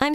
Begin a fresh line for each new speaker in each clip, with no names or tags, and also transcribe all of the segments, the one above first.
I'm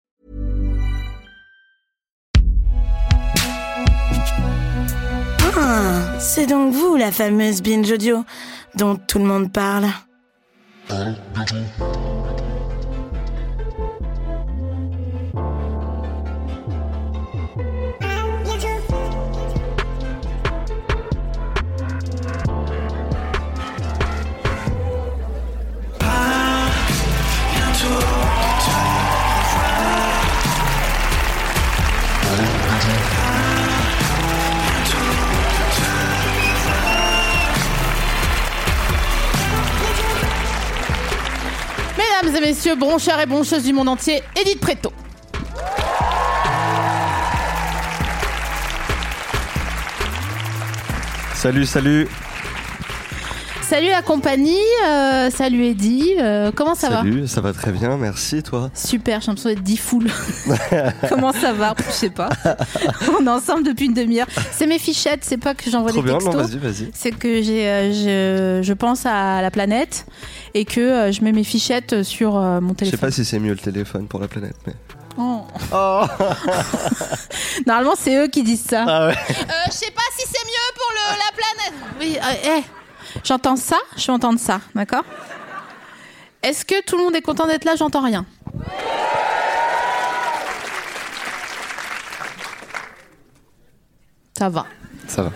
Ah, c'est donc vous la fameuse binge audio dont tout le monde parle.
Mesdames et messieurs, broncheurs et broncheuses du monde entier, Edith Préto.
Salut, salut.
Salut la compagnie, euh, salut Eddy, euh, comment ça va
salut, ça va très bien, merci toi.
Super, j'ai l'impression d'être dix foules. comment ça va Je sais pas. On est ensemble depuis une demi-heure. C'est mes fichettes, c'est pas que j'envoie des
Trop bien, non,
textos.
vas-y, vas-y.
c'est que j'ai, euh, je, je pense à la planète et que euh, je mets mes fichettes sur euh, mon
Je sais
téléphone.
pas si c'est mieux le téléphone pour la planète, mais.
Oh.
Oh
Normalement, c'est eux qui disent ça.
Ah ouais
Euh, je sais pas si c'est mieux pour la planète. Oui, euh, eh, j'entends ça, je vais entendre ça, d'accord Est-ce que tout le monde est content d'être là J'entends rien. Ça va.
Ça va.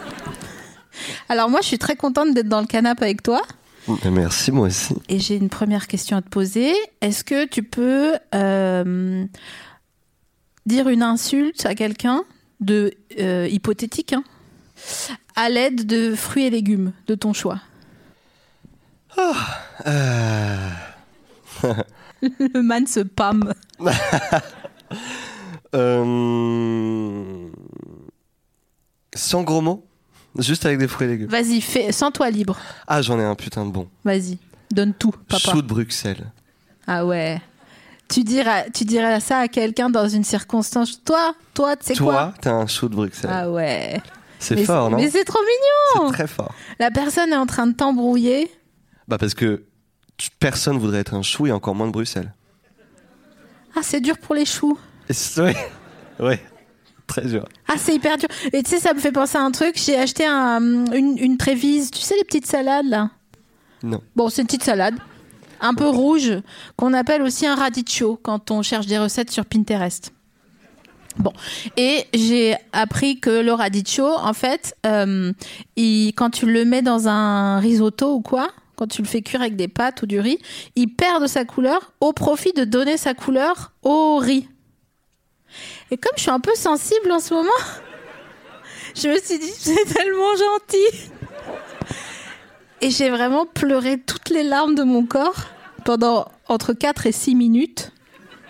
Alors moi, je suis très contente d'être dans le canapé avec toi.
Mais merci, moi aussi.
Et j'ai une première question à te poser. Est-ce que tu peux euh, dire une insulte à quelqu'un de euh, hypothétique hein, à l'aide de fruits et légumes de ton choix
Euh,
Le man se pâme.
euh, Sans gros mots, juste avec des fruits et légumes.
Vas-y, fais, sens-toi libre.
Ah, j'en ai un putain de bon.
Vas-y, donne tout, papa.
Chou de Bruxelles.
Ah ouais. Tu dirais, tu dirais ça à quelqu'un dans une circonstance. Toi, toi, tu sais quoi
Toi, t'es un chou de Bruxelles.
Ah ouais.
c'est
Mais
fort, non
Mais c'est trop mignon.
C'est très fort.
La personne est en train de t'embrouiller.
Bah, parce que tu- personne voudrait être un chou et encore moins de Bruxelles.
Ah, c'est dur pour les choux.
Et c'est- Ouais. ouais. Très dur.
Ah, c'est hyper dur. Et tu sais, ça me fait penser à un truc. J'ai acheté un, une, une trévise. Tu sais, les petites salades, là
Non.
Bon, c'est une petite salade. Un peu rouge, qu'on appelle aussi un radicchio quand on cherche des recettes sur Pinterest. Bon. Et j'ai appris que le radicchio, en fait, euh, il- quand tu le mets dans un risotto ou quoi, quand tu le fais cuire avec des pâtes ou du riz, il perd de sa couleur au profit de donner sa couleur au riz. Et comme je suis un peu sensible en ce moment, je me suis dit, c'est tellement gentil. Et j'ai vraiment pleuré toutes les larmes de mon corps pendant entre 4 et 6 minutes.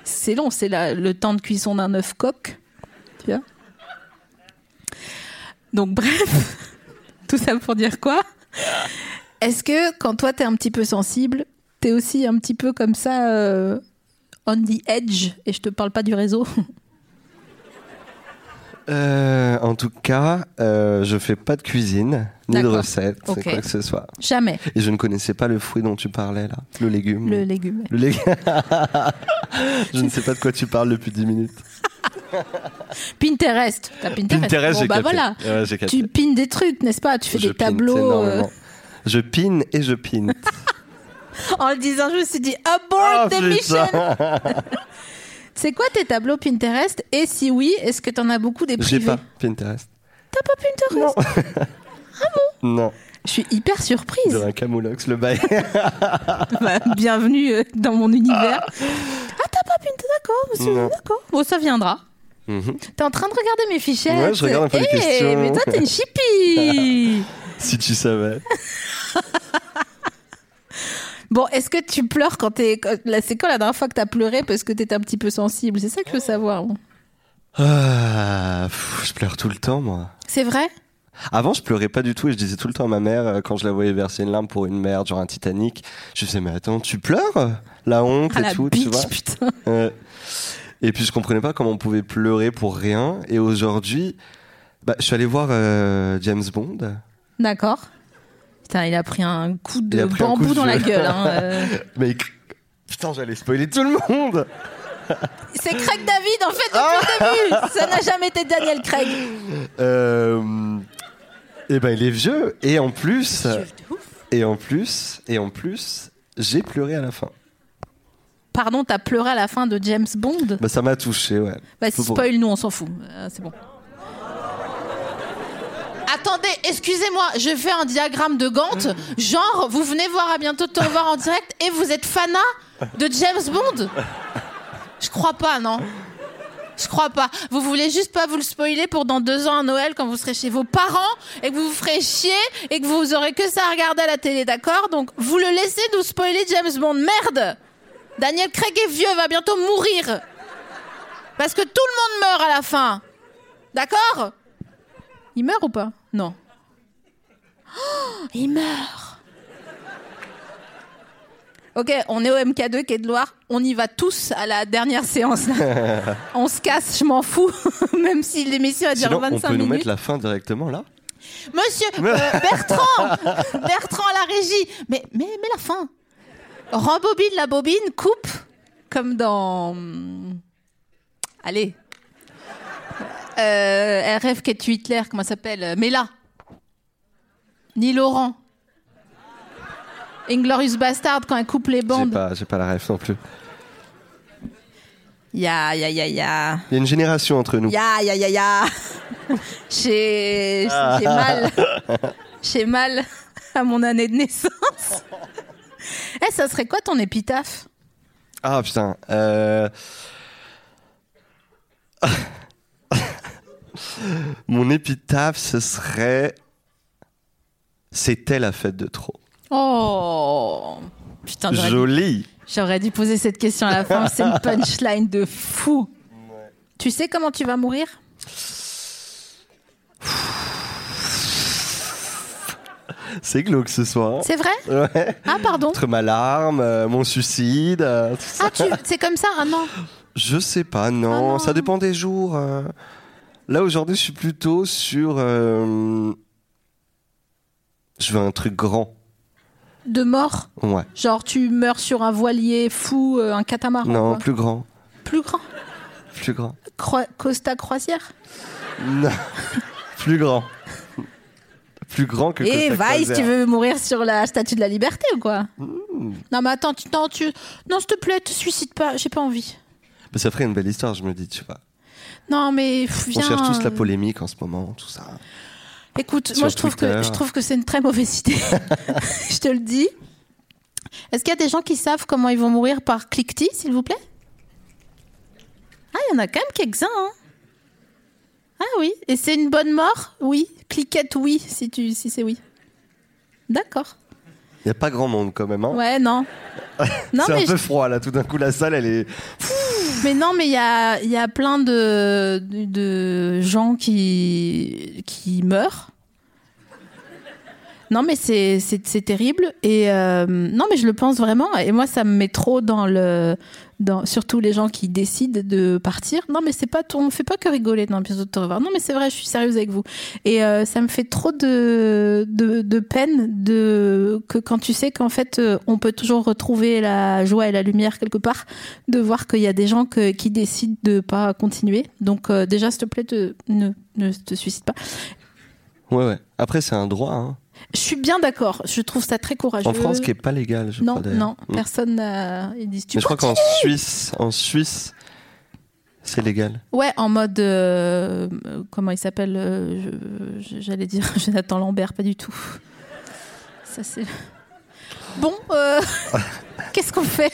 C'est long, c'est la- le temps de cuisson d'un œuf coq. Tu vois Donc bref, tout ça pour dire quoi Est-ce que quand toi t'es un petit peu sensible, t'es aussi un petit peu comme ça euh, on the edge et je te parle pas du réseau
Euh, en tout cas, euh, je fais pas de cuisine, ni de
D'accord.
recette,
Ok.
quoi que ce soit.
Jamais.
Et je ne connaissais pas le fruit dont tu parlais là, le légume.
Le légume.
Le légume. je ne sais pas de quoi tu parles depuis 10 minutes.
Pinterest. T'as Pinterest.
Pinterest,
Bon,
j'ai
bah
capté.
voilà.
Ouais, j'ai capté.
Tu pines des trucs, n'est-ce pas Tu fais
Je
des
pinte
tableaux. euh,
énormément. Je pine et je pine.
En le disant, je me suis dit abort the
Ah, putain.
mission. C'est quoi tes tableaux Pinterest Et si oui, est-ce que t'en as beaucoup des
J'ai
privés
pas Pinterest.
T'as pas Pinterest
Non,
Je suis hyper
de
surprise.
un camoulox, le bail.
Bah, bienvenue euh, dans mon univers. Ah, t'as pas Pinterest D'accord, monsieur,
Non.
d'accord. Bon, ça viendra.
Mhm.
T'es en train de regarder mes fichettes.
Ouais, je regarde un peu les
Eh,
questions.
Mais toi, t'es une chipie
si tu savais.
Bon, est-ce que tu pleures quand t'es. quand- là, C'est quand la dernière fois que t'as pleuré parce que t'étais un petit peu sensible C'est ça que je veux
Oh.
savoir. moi.
Ah, pff, je pleure tout le temps, moi.
C'est vrai
Avant, je pleurais pas du tout et je disais tout le temps à ma mère, euh, quand je la voyais verser une larme pour une merde, genre un Titanic, je disais, mais attends, tu pleures La honte
Ah
et
la
tout,
bitch,
tu vois.
putain.
Ouais. et puis, je comprenais pas comment on pouvait pleurer pour rien. Et aujourd'hui, bah, je suis allé voir euh, James Bond.
D'accord. Putain, il a pris un coup
Il
de
a pris un
bambou
coup de
dans la
vieux.
gueule. hein, euh.
Mais il cr- putain, j'allais spoiler tout le monde
C'est Craig David, en fait,
Ah
depuis le début Ça n'a jamais été Daniel Craig.
Euh, et ben il est vieux et en plus et en plus et en plus j'ai pleuré à la fin.
Pardon, t'as pleuré à la fin de James Bond
Bah ça m'a touché ouais.
Bah, si
Faut-
spoil, nous, on s'en fout. Euh, c'est bon. Attendez, excusez-moi, je fais un diagramme de Gantt. Genre, vous venez voir à bientôt de te revoir en direct et vous êtes fanat de James Bond Je crois pas, non Je crois pas. Vous voulez juste pas vous le spoiler pour dans deux ans à Noël quand vous serez chez vos parents et que vous vous ferez chier et que vous aurez que ça à regarder à la télé, d'accord Donc, vous le laissez nous spoiler James Bond. Merde Daniel Craig est vieux, va bientôt mourir. Parce que tout le monde meurt à la fin. D'accord Il meurt ou pas Non. Oh, il meurt. Ok, on est au MK2 Quai de Loire. On y va tous à la dernière séance. là. on se casse, je m'en fous. Même si l'émission a duré
Sinon
25
on peut nous
minutes.
mettre la fin directement là.
Monsieur euh, Bertrand Bertrand à la régie Mais, mais, mais la fin Rembobine la bobine, coupe Comme dans. hum, Allez Euh, RF qui tue Hitler, comment ça s'appelle Mais là Ni Laurent Inglorious Bastard quand elle coupe les
J'ai
bandes.
pas j'ai pas la ref non plus.
Ya, ya, ya, ya.
Il y a une génération entre nous.
Ya, ya, ya, ya. J'ai j'ai mal. J'ai mal à mon année de naissance. Eh, ça serait quoi ton épitaphe
Ah putain. euh, Mon épitaphe ce serait c'était la fête de trop.
Oh Putain, j'aurais dû-
Joli.
j'aurais dû poser cette question à la fin. C'est une punchline de fou. Tu sais comment tu vas mourir
C'est glauque ce soir.
C'est vrai
Ouais.
Ah, pardon.
Entre ma larme, euh, mon suicide. euh, tout ça.
Ah, tu... c'est comme ça Ah non.
Je sais pas, non.
Ah non.
Ça dépend des jours. euh. Là, aujourd'hui, je suis plutôt sur. euh, Je veux un truc grand.
De mort
Ouais.
Genre, tu meurs sur un voilier fou, euh, un catamaran
non,
quoi.
plus grand.
plus grand
Plus grand.
Croi- Costa Croisière
Non. plus grand. Plus grand que
Et
Costa
Eh, Vice,
Croisière.
tu veux mourir sur la statue de la liberté ou quoi
Hmm.
Non, mais attends, tu, non, tu, non, s'il te plaît, te suicide pas, j'ai pas envie.
Mais ça ferait une belle histoire, je me dis, tu vois.
Non, mais pff, viens.
On cherche tous la
euh,
polémique en ce moment, tout ça.
Écoute,
sur
moi je trouve que
Twitter.
je trouve que c'est une très mauvaise idée. je te le dis. Est-ce qu'il y a des gens qui savent comment ils vont mourir par cliquetis, s'il vous plaît Ah, il y en a quand même quelques-uns. hein. Ah oui, et c'est une bonne mort Oui, cliquette oui si tu si c'est oui. D'accord.
Il n'y a pas grand monde quand même. Hein.
Ouais, non. non
C'est un
mais je-
peu froid là, tout d'un coup, la salle, elle est.
Mais non, mais il y a, il y a plein de, de, de gens qui, qui meurent. Non, mais c'est, c'est, c'est terrible. Et euh, non, mais je le pense vraiment. Et moi, ça me met trop dans le. Dans, surtout les gens qui décident de partir. Non, mais c'est pas ton. Fais pas que rigoler dans l'épisode de Te revoir. Non, mais c'est vrai, je suis sérieuse avec vous. Et euh, ça me fait trop de, de, de peine de, que quand tu sais qu'en fait, euh, on peut toujours retrouver la joie et la lumière quelque part, de voir qu'il y a des gens que- qui décident de pas continuer. Donc, euh, déjà, s'il te plaît, te- ne, ne te suicide pas.
Ouais, ouais. Après, c'est un droit. hein.
Je suis bien d'accord. Bah, Je trouve ça très courageux.
En France, qui est pas légal, je
non,
crois. d'ailleurs.
non,
Mm.
personne n'a. Ils disent tu
Mais je crois
continues
qu'en Suisse, en Suisse, c'est légal.
Ouais, en mode. euh, euh, comment il s'appelle euh, je- je- J'allais dire Jonathan Lambert, pas du tout. Ça, c'est. Bon, euh, qu'est-ce qu'on fait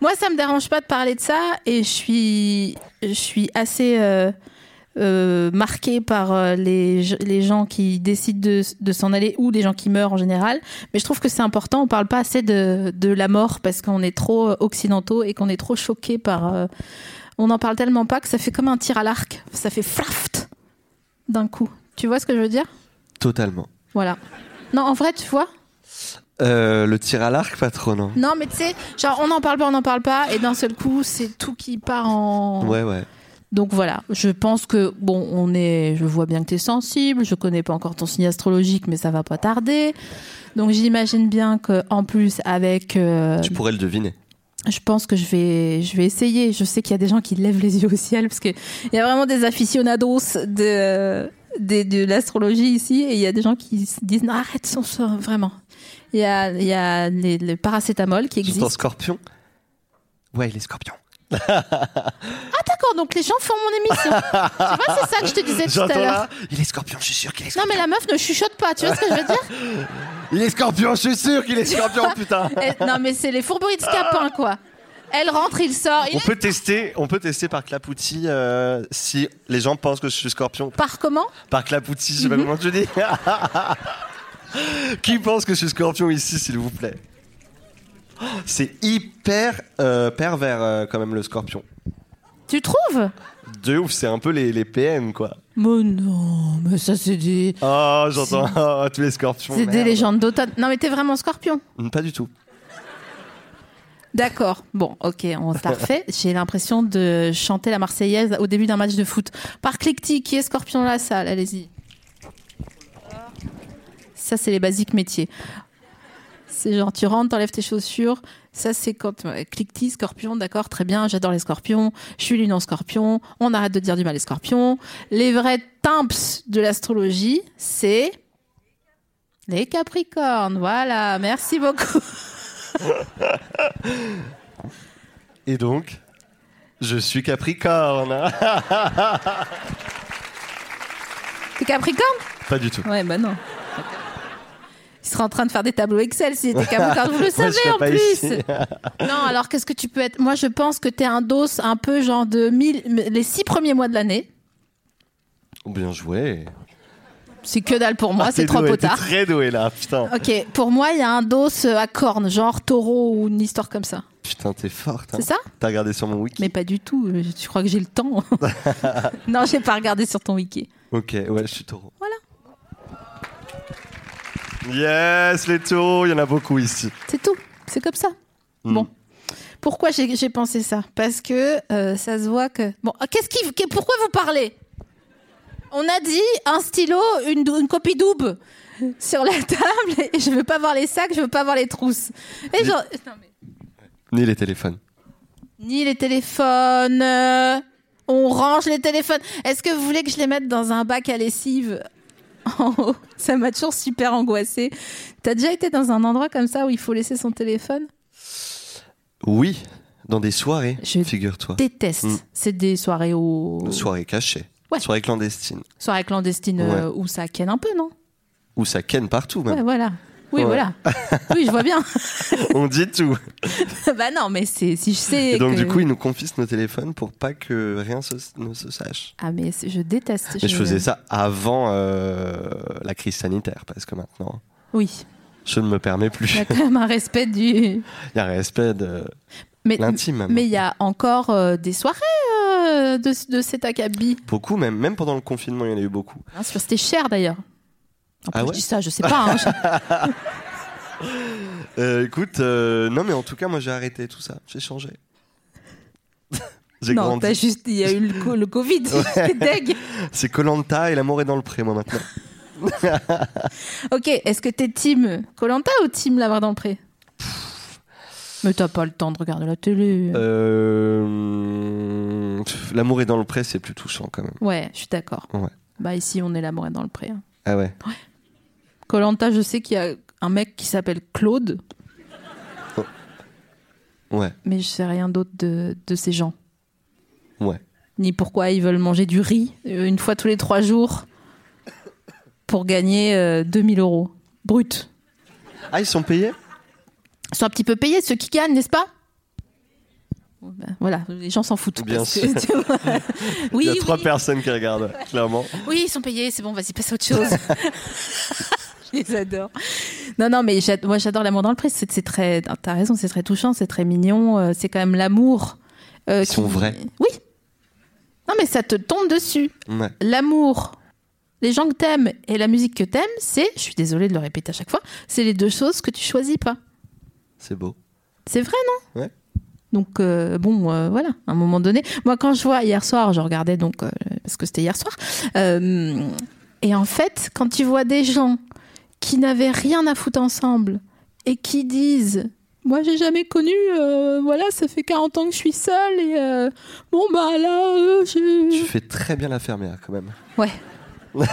Moi, ça me dérange pas de parler de ça et je suis, je suis assez. euh, euh, marquée par euh, les, ge- les gens qui décident de, de s'en aller ou des gens qui meurent en général. Mais je trouve que c'est important. On parle pas assez de, de la mort parce qu'on est trop euh, occidentaux et qu'on est trop choqués par. euh, on en parle tellement pas que ça fait comme un tir à l'arc. Ça fait flaft d'un coup. Tu vois ce que je veux dire
Totalement.
Voilà. Non, en vrai, tu vois.
Euh, le tir à l'arc, pas trop, non
Non, mais tu sais, genre on n'en parle pas, on n'en parle pas, et d'un seul coup, c'est tout qui part en.
Ouais, ouais.
Donc voilà, je pense que bon, on est, je vois bien que t'es sensible, je connais pas encore ton signe astrologique, mais ça va pas tarder. Donc j'imagine bien que en plus avec, euh,
Tu pourrais le deviner.
je pense que je vais, je vais essayer. Je sais qu'il y a des gens qui lèvent les yeux au ciel parce que il y a vraiment des aficionados de de, de l'astrologie ici et il y a des gens qui se disent non, arrête, on sort, vraiment. Il y a, il y a les- le paracétamol qui
Surtout en
existe.
scorpion Ouais, il est scorpion.
D'accord, donc les gens font mon émission. tu vois, c'est ça que je te disais tout à
J'entends
l'heure.
là, il est scorpion, je suis sûr qu'il est
Non,
scorpion.
mais la meuf ne chuchote pas, tu vois ce que je veux dire
Il est scorpion, je suis sûr qu'il est scorpion, putain
Elle- Non, mais c'est les fourberies de Scapin, quoi. Elle rentre, il sort. Il
On
est
peut tester, on peut tester par clapoutis euh, si les gens pensent que je suis scorpion.
Par comment
Par clapoutis, je sais pas comment tu dis. Qui pense que je suis scorpion ici, s'il vous plaît Oh, C'est hyper euh, pervers euh, quand même le scorpion.
Tu trouves
De ouf, c'est un peu les, les PN quoi.
Mais non, mais ça c'est des...
Oh, j'entends oh, tous les scorpions.
C'est des
merde. Mm,
légendes d'automne. Non, mais t'es vraiment scorpion.
Pas du tout.
D'accord. Bon, ok, on se la refait. J'ai l'impression de chanter la Marseillaise au début d'un match de foot. Par Clicty, qui est scorpion dans la salle Allez-y. Ça, c'est les basiques métiers. C'est genre, tu rentres, t'enlèves tes chaussures. Ça, c'est quand. ouais, Clicty, scorpion, d'accord, très bien, j'adore les scorpions. Je suis lune en scorpion. On arrête de dire du mal les scorpions. Les vrais timps de l'astrologie, c'est. Les capricornes. Voilà, merci beaucoup.
Et donc, je suis Capricorne. hein.
T'es capricorne
Pas du tout.
Ouais, bah non. Il serait en train de faire des tableaux Excel s'il était capable. Vous le
Moi, je
savez
serais
en
pas
plus.
ici.
non, alors qu'est-ce que tu peux être Moi, je pense que t'es un dos un peu genre de mille, les six premiers mois de l'année.
Bien joué.
C'est que dalle pour moi,
Ah,
c'est
t'es
trois
doué, t'es
potards.
très doué là, putain.
Ok, pour moi, il y a un dos euh, à cornes, genre taureau ou une histoire comme ça.
Putain, t'es forte. hein.
C'est ça
T'as regardé sur mon wiki
Mais pas du tout. euh, Je- Tu crois que j'ai le temps Non, j'ai pas regardé sur ton wiki.
Ok, ouais, je suis taureau.
Voilà.
Yes, les taureaux, il y en a beaucoup ici.
C'est tout. C'est comme ça. Bon. Pourquoi j'ai j'ai pensé ça Parce que euh, ça se voit que. Bon, ah, qu'est-ce qui. qu'est- pourquoi vous parlez On a dit un stylo, une, dou- une copie double sur la table. Et je veux pas voir les sacs, je veux pas voir les trousses. Et genre- non, mais-
Ni les téléphones.
Ni les téléphones. euh, On range les téléphones. Est-ce que vous voulez que je les mette dans un bac à lessive en haut Ça m'a toujours super angoissée. T'as déjà été dans un endroit comme ça où il faut laisser son téléphone
Oui, dans des soirées,
Je-
figure-toi.
déteste.
Mm.
C'est des soirées au
Soirées cachées.
Ouais.
Soirées clandestines.
soirées clandestines euh, où ça ken un peu, non
Où ça ken partout, même.
Ouais, voilà. Oui,
Ouais.
voilà. Oui, je vois bien.
On dit tout.
bah non, mais c'est si je sais.
Et donc,
que-
du coup, ils nous confisquent nos téléphones pour pas que rien se- ne se sache.
Ah, mais c'est- je déteste.
Mais je faisais ça avant euh, la crise sanitaire, parce que maintenant,
Oui,
je ne me permets plus.
il y a quand même un respect du.
Il y a un respect de
Mais
l'intime. même.
mais il y a encore euh, des soirées euh, de, de cet acabit.
Beaucoup, même, même pendant le confinement, il y en a eu beaucoup.
Hein, sur- C'était cher d'ailleurs. En plus,
Ah ouais
je dis ça, je sais pas. hein, je-
Euh, écoute, euh, non, mais en tout cas, moi, j'ai arrêté tout ça. J'ai changé. j'ai
Non, t'as
grandi.
juste, il y a eu le, co- le Covid, c'était deg.
C'est Colanta et l'amour est dans le pré, moi, maintenant.
Ok, est-ce que t'es team Colanta ou team Lavoir dans le pré Mais t'as pas le temps de regarder la télé.
Euh, pff, L'amour est dans le pré, c'est plus touchant, quand même.
Ouais, je suis d'accord.
Ouais.
Bah ici, on est l'amour est dans le pré. hein.
Ah ouais.
Colanta, je sais qu'il y a un mec qui s'appelle Claude,
Ouais,
mais je sais rien d'autre de, de ces gens.
ouais.
Ni pourquoi ils veulent manger du riz euh, une fois tous les trois jours pour gagner euh, 2000 euros brut.
Ah, ils sont payés
Ils sont un petit peu payés, ceux qui gagnent, n'est-ce pas Voilà, les gens s'en foutent.
Bien
parce
sûr.
que- tu vois. oui,
Il y a trois
oui. Bah,
personnes qui regardent, clairement.
Oui, ils sont payés, c'est bon, vas-y, passe à autre chose. Je les adore. Non, non, mais j'ad- moi j'adore l'amour dans le pré. C'est c'est très, t'as raison, c'est très touchant, c'est très mignon. euh, C'est quand même l'amour. euh,
Ils sont vrais.
Oui. Non, mais ça te tombe dessus.
Ouais.
L'amour, les gens que t'aimes et la musique que t'aimes, c'est, je suis désolée de le répéter à chaque fois, c'est les deux choses que tu choisis pas.
C'est beau.
C'est vrai, non
Ouais.
Donc, euh, bon, euh, voilà, à un moment donné. Moi, quand je vois hier soir, je regardais donc, euh, parce que c'était hier soir, euh, et en fait, quand tu vois des gens qui n'avaient rien à foutre ensemble et qui disent. Moi, j'ai jamais connu, euh, voilà, ça fait 40 ans que je suis seule et euh, bon, bah là, euh,
Tu
je.
fais très bien la fermière quand même.
Ouais. Mes
Tu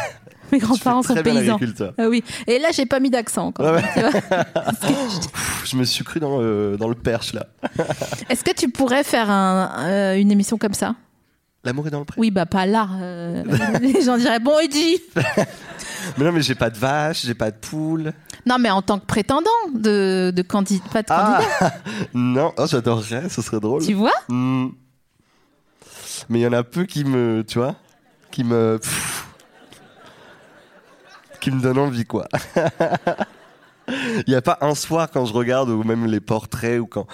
fais
grands-parents sont
très bien
paysans.
l'agriculteur.
Ah oui. Et là, j'ai pas mis d'accent encore.
Ouais, ouais.
tu vois.
Pff, Je me suis cru dans le, dans le perche là.
Est-ce que tu pourrais faire un- euh, une émission comme ça
L'amour est dans le pré.
Oui, bah pas là. euh, les gens diraient bon, Eddie.
Mais non, mais j'ai pas de vache, j'ai pas de poule.
Non, mais en tant que prétendant de, de candidat, pas de
Ah
candidat,
Non, oh, j'adorerais, ce serait drôle.
tu vois
Hmm. Mais il y en a peu qui me. Tu vois Qui me. pff, qui me donnent envie, quoi. Il n'y a pas un soir quand je regarde, ou même les portraits, ou quand.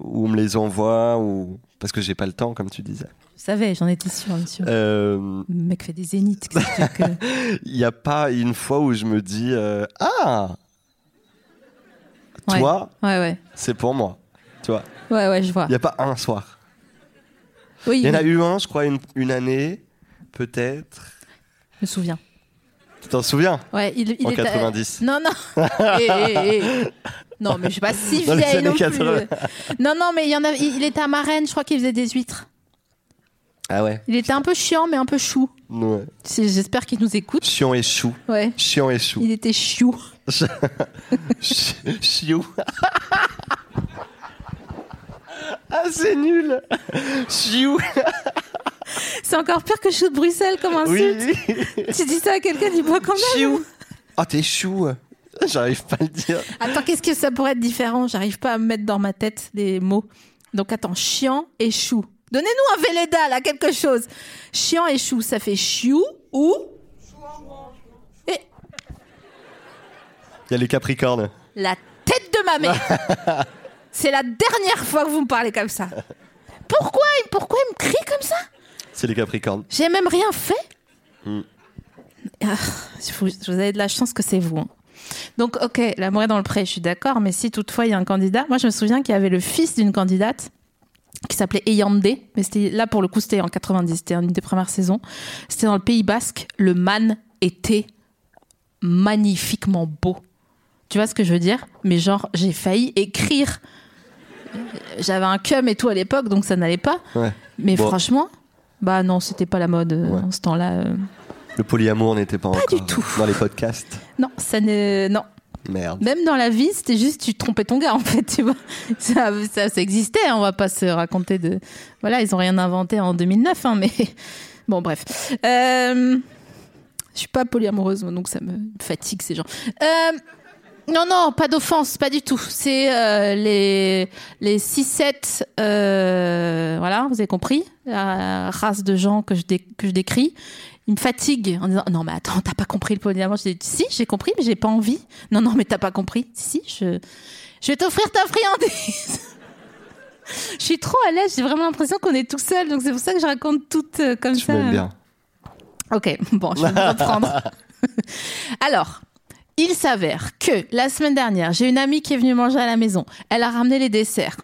Où on me les envoie, ou. Parce que j'ai pas le temps, comme tu disais.
Je savais, j'en étais sûre, monsieur.
Euh,
Le mec fait des zéniths. qu'est-ce que tu veux que-
Il n'y a pas une fois où je me dis euh, Ah Toi,
Ouais, ouais.
c'est pour moi. Tu vois
Ouais, ouais, je vois.
Il n'y a pas un soir.
Oui,
Il y en a
oui,
eu un, je crois, une, une année, peut-être.
je me souviens.
Tu t'en souviens
Ouais, il, il
En
était-
90.
Non, non. Eh, eh, eh. Non, mais je suis pas si
Dans les
vieille
années
non plus.
80.
Non, non, mais il, y en a, il, il était à Marraine, je crois qu'il faisait des huîtres.
Ah ouais.
Il était un peu chiant, mais un peu chou.
ouais.
C'est- J'espère qu'il nous écoute.
Chiant et chou.
Ouais.
Chiant et chou.
Il était chiou.
Ch- Chiou. ah, c'est nul. Chiou.
C'est encore pire que chou de Bruxelles comme insulte.
Oui.
Tu dis ça à quelqu'un, dis-moi quand même.
Chiou. Ah, t'es chou. J'arrive pas à le dire.
Attends, qu'est-ce que ça pourrait être différent J'arrive pas à me mettre dans ma tête des mots. Donc attends, chiant et chou. Donnez-nous un Véleda, là, quelque chose. Chiant et chou, ça fait chiou ou... Et
Il y a les Capricornes.
la tête de ma mère C'est la dernière fois que vous me parlez comme ça. Pourquoi, il- pourquoi il me crie comme ça
C'est les Capricornes.
J'ai même rien fait. Ah, il faut- vous avez de la chance que c'est vous. hein. Donc, ok, l'amour est dans le pré, je suis d'accord, mais si toutefois il y a un candidat, moi je me souviens qu'il y avait le fils d'une candidate qui s'appelait Eyandé, mais c'était là pour le coup c'était en 90, c'était une des premières saisons. C'était dans le Pays Basque, le man était magnifiquement beau. Tu vois ce que je veux dire Mais genre, j'ai failli écrire. J'avais un cum et tout à l'époque, donc ça n'allait pas.
Ouais.
Mais
Bon.
franchement, bah non, c'était pas la mode euh,
Ouais.
en ce temps-là. euh.
Le polyamour n'était pas, encore
du tout.
dans les podcasts.
Non, ça ne. Non.
Merde.
Même dans la vie, c'était juste tu trompais ton gars, en fait, tu vois. Ça, ça, ça existait, hein, on va pas se raconter de. Voilà, ils ont rien inventé en 2009, hein, mais. Bon, bref. Euh, Je suis pas polyamoureuse, moi, donc ça me fatigue, ces gens. Euh, Non, non, pas d'offense, pas du tout. C'est euh, les, les 6-7, euh, voilà, vous avez compris, la race de gens que je, dé- que je décris. Ils me fatiguent en disant Non, mais attends, t'as pas compris le polyamour. Je dis Si, j'ai compris, mais j'ai pas envie. Non, non, mais t'as pas compris. Si, si, je, je vais t'offrir ta friandise. je suis trop à l'aise, j'ai vraiment l'impression qu'on est tout seul, donc c'est pour ça que je raconte tout euh, comme
Tu
ça.
m'aimes bien.
Ok, bon, je vais me reprendre. Alors, il s'avère que la semaine dernière, j'ai une amie qui est venue manger à la maison. Elle a ramené les desserts.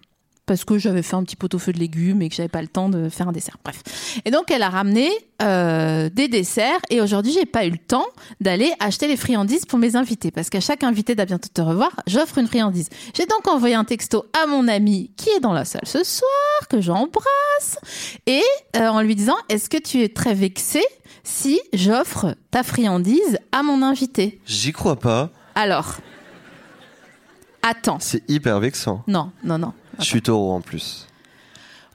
Parce que j'avais fait un petit pot-au-feu de légumes et que j'avais pas le temps de faire un dessert. Bref. Et donc, elle a ramené euh, des desserts. Et aujourd'hui, j'ai pas eu le temps d'aller acheter les friandises pour mes invités. Parce qu'à chaque invité d'à bientôt te revoir, j'offre une friandise. J'ai donc envoyé un texto à mon ami qui est dans la salle ce soir, que j'embrasse. Et euh, en lui disant Est-ce que tu es très vexée si j'offre ta friandise à mon invité
J'y crois pas.
Alors, attends.
C'est hyper vexant.
Non, non, non.
Je suis taureau en plus.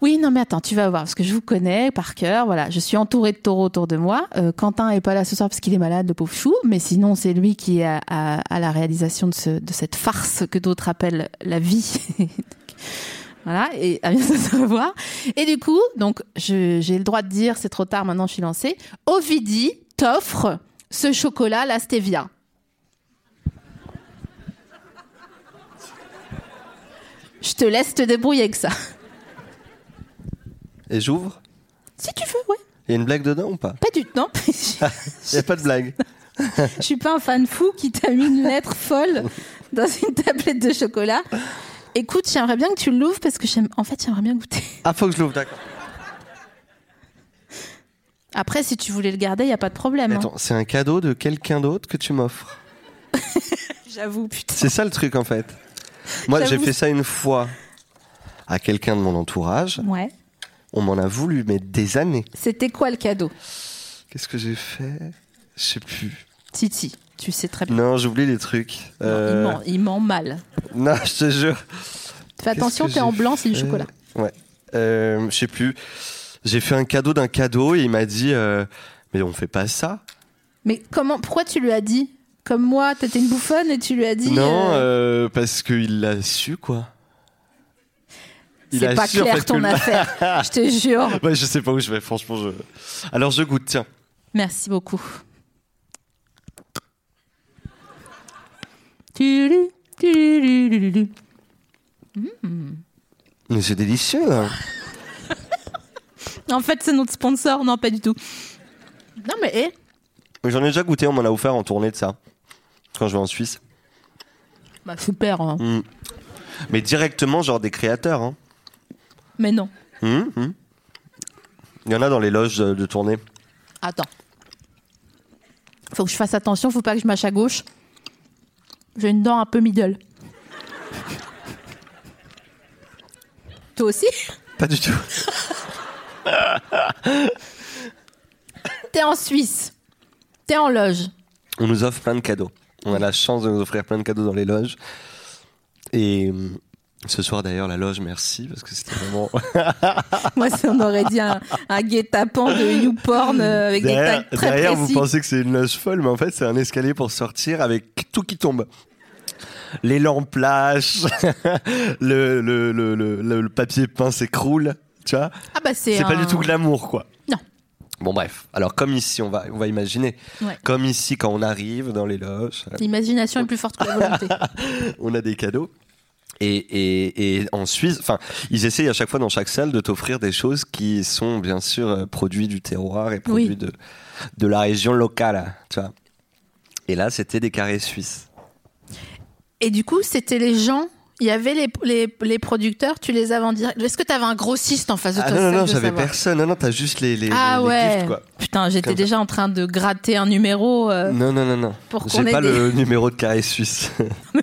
Oui, non, mais attends, tu vas voir, parce que je vous connais par cœur. Voilà, je suis entourée de taureaux autour de moi. Euh, Quentin est pas là ce soir parce qu'il est malade, le pauvre chou. Mais sinon, c'est lui qui est à, à- à la réalisation de, ce- de cette farce que d'autres appellent la vie. Voilà, et à bientôt se revoir. Et du coup, donc, je- j'ai le droit de dire, c'est trop tard, maintenant je suis lancée. Ovidi t'offre ce chocolat, la stevia. Je te laisse te débrouiller avec ça.
Et j'ouvre.
Si tu veux, ouais.
Il y a une blague dedans ou pas
Pas du tout, non.
Il n'y a pas de blague.
Je suis pas un fan fou qui t'a mis une lettre folle dans une tablette de chocolat. Écoute, j'aimerais bien que tu l'ouvres parce que j'aime. En fait, j'aimerais bien goûter.
Ah, faut que je l'ouvre, d'accord.
Après, si tu voulais le garder, il y a pas de problème.
Mais
hein.
Attends, c'est un cadeau de quelqu'un d'autre que tu m'offres.
J'avoue, putain.
C'est ça le truc en fait. Moi, j'ai
J'avoue.
fait ça une fois à quelqu'un de mon entourage.
Ouais.
On m'en a voulu, mais des années.
C'était quoi le cadeau,
Qu'est-ce que j'ai fait Je sais plus.
Titi Tu sais très bien.
Non, j'oublie les trucs.
Non,
Euh,
il ment- il ment mal.
non, je te jure.
Fais attention,
Qu'est-ce que
t'es en
j'ai
blanc, c'est du
fait
chocolat.
Ouais. Euh, je sais plus. J'ai fait un cadeau d'un cadeau et il m'a dit euh, Mais on fait pas ça.
Mais comment Pourquoi tu lui as dit Comme moi, t'étais une bouffonne et tu lui as dit.
non,
euh,
euh, parce qu'il l'a su, quoi. Il
c'est
a
pas
su, en
clair
fait, que
ton
le-
affaire. Je te jure.
Ouais, je sais pas où je vais, franchement. Je... Alors je goûte, tiens.
Merci beaucoup. Tudu, tudu, tudu, tudu, tudu.
Mais c'est délicieux. hein.
En fait, c'est notre sponsor. Non, pas du tout. Non, mais eh,
Mais J'en ai déjà goûté, on m'en a offert en tournée de ça. Quand je vais en Suisse.
bah, super. hein.
Mais directement, genre des créateurs. hein.
Mais non.
Hum, hum. Il y en a dans les loges euh, de tournée.
Attends. Faut que je fasse attention, faut pas que je mâche à gauche. J'ai une dent un peu middle. Toi aussi
Pas du tout.
T'es en Suisse. T'es en loge.
On nous offre plein de cadeaux. On a la chance de nous offrir plein de cadeaux dans les loges. Et hum, ce soir, d'ailleurs, la loge, merci, parce que c'était vraiment.
Moi, si on aurait dit un, un guet-apens de YouPorn euh, avec
derrière,
des tags très
derrière, vous
précis.
pensez que c'est une loge folle, mais en fait, c'est un escalier pour sortir avec tout qui tombe. Les lampes lâchent, le, le, le, le- le- le papier peint s'écroule, tu vois.
Ah bah c'est
C'est pas
un-
du tout glamour, quoi.
Non.
Bon, bref. Alors, comme ici, on va, on va imaginer.
Ouais.
Comme ici, quand on arrive dans les loges,
L'imagination est plus forte que la volonté.
on a des cadeaux. Et, et, et en Suisse, enfin, ils essayent à chaque fois dans chaque salle de t'offrir des choses qui sont bien sûr euh, produits du terroir et produits
Oui.
de, de la région locale, tu vois. Et là, c'était des carrés suisses.
Et du coup, c'était les gens. Il y avait les, les, les producteurs, tu les avais en direct. Est-ce que t'avais un grossiste en face de
Ah
toi c'est
non, non,
ça
non,
que je veux
j'avais
savoir.
personne. Non, non, t'as juste les, les,
Ah
les- les
ouais.
gifts, quoi.
Putain, j'étais
Comme ça. Mm.
déjà en train de gratter un numéro. euh,
Non, non, non, non.
Pour qu'on
J'ai
ait
pas
des-
le numéro de carré suisse.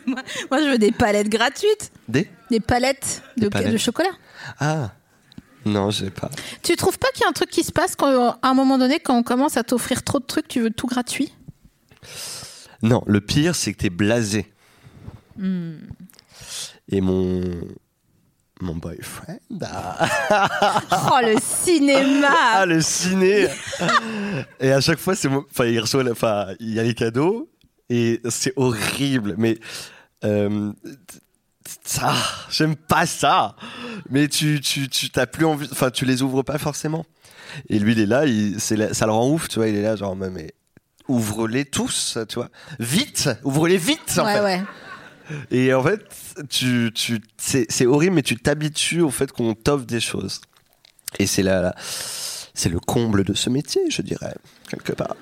moi, moi, je veux des palettes gratuites,
des
des palettes de,
palettes.
de chocolat.
Ah Non, j'ai pas.
Tu trouves pas qu'il y a un truc qui se passe quand, euh, à un moment donné, quand on commence à t'offrir trop de trucs, tu veux tout gratuit
Non, le pire, c'est que t'es blasé.
Hmm.
Et mon. Mon boyfriend. Ah,
Oh, le
Ah,
cinéma
le ciné Et à chaque fois, c'est moi. Enfin, il reçoit. la- Enfin, il y a les cadeaux. Et c'est horrible. Mais. euh, ça, j'aime pas ça. Mais tu, tu, tu t'as plus envie. Enfin, tu les ouvres pas forcément. Et lui, il est là. Il, c'est la- ça le rend ouf, tu vois. Il est là, genre, mais- mais ouvre-les tous, tu vois. Vite, ouvre-les vite. en
Ouais,
fait.
ouais.
Et en fait, tu, tu, c'est c'est horrible, mais tu t'habitues au fait qu'on t'offre des choses. Et c'est la, la- c'est le comble de ce métier, je dirais, quelque part.